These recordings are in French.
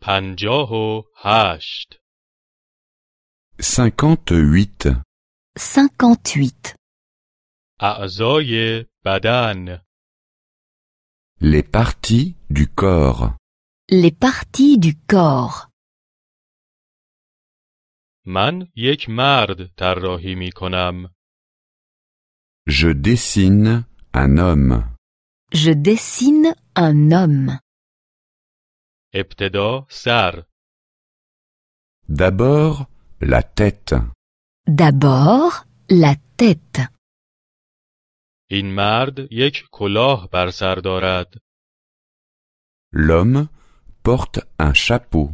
پنجاه و هشت 58. 58. اعضای بدن Les parties du corps. Les parties du corps. من یک مرد طراحی می کنم Je dessine un homme. Je dessine un homme. ابتدا سر D'abord, la tête. D'abord, la tête. این مرد یک کلاه بر سر دارد L'homme porte un chapeau.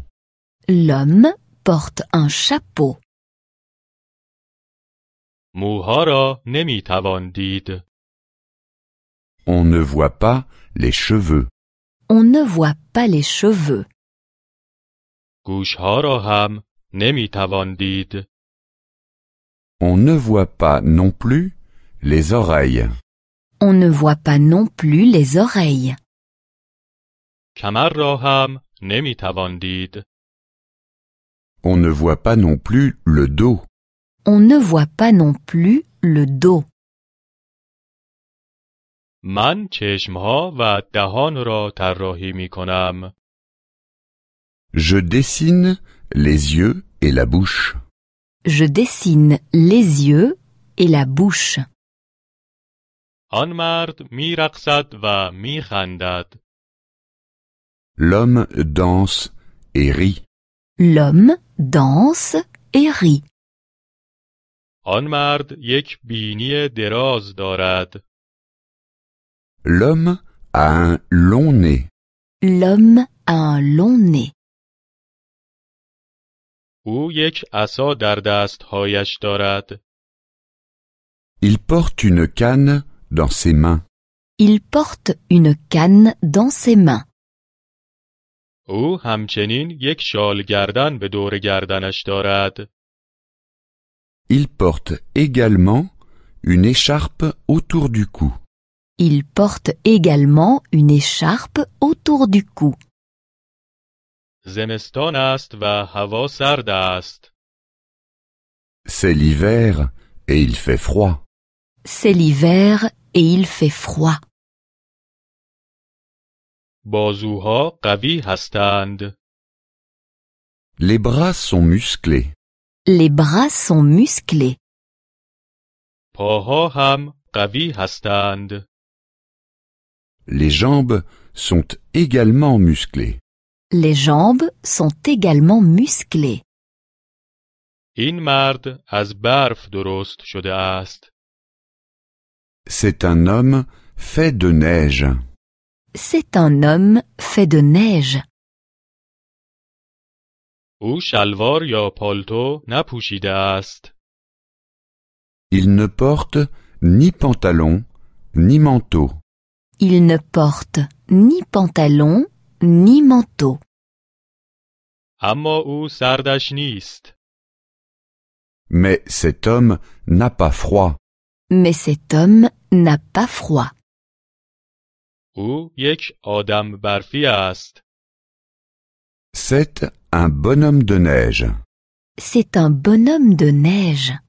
L'homme porte un chapeau. موها را نمی توان دید On ne voit pas les cheveux. On ne voit pas les cheveux. گوشها را هم نمی توان دید On ne voit pas non plus les oreilles. On ne voit pas non plus les oreilles. کمر را هم نمی توان دید On ne voit pas non plus le dos. On ne voit pas non plus le dos. من چشمها و دهان را طراحی می کنم Je dessine les yeux et la bouche. Je dessine les yeux et la bouche. آن مرد میرقصد و میخندد L'homme danse et rit. L'homme danse et rit. آن مرد یک بینی دراز دارد L'homme a un long nez. L'homme a un long nez. او یک عصا در دستهایش دارد Il porte une canne dans ses mains. Il porte une canne dans ses mains. او همچنین یک شال گردن به دور گردنش دارد Il porte également une écharpe autour du cou. Il porte également une écharpe autour du cou. زمستان است و هوا سرد است C'est l'hiver et il fait froid. C'est l'hiver et il fait froid. بازوها قوی هستند Les bras sont musclés. Les bras sont musclés. پاها هم قوی هستند Les jambes sont également musclées. Les jambes sont également musclées. این مرد از برف درست شده است C'est un homme fait de neige. C'est un homme fait de neige. او شلوار یا پالتو نپوشیده است Il ne porte ni pantalon, ni manteau. Il ne porte ni pantalon ni manteau, اما او سردش نیست Mais cet homme n'a pas froid. mais cet homme n'a pas froid. او یک آدم برفی است C'est un bonhomme de neige. C'est un bonhomme de neige.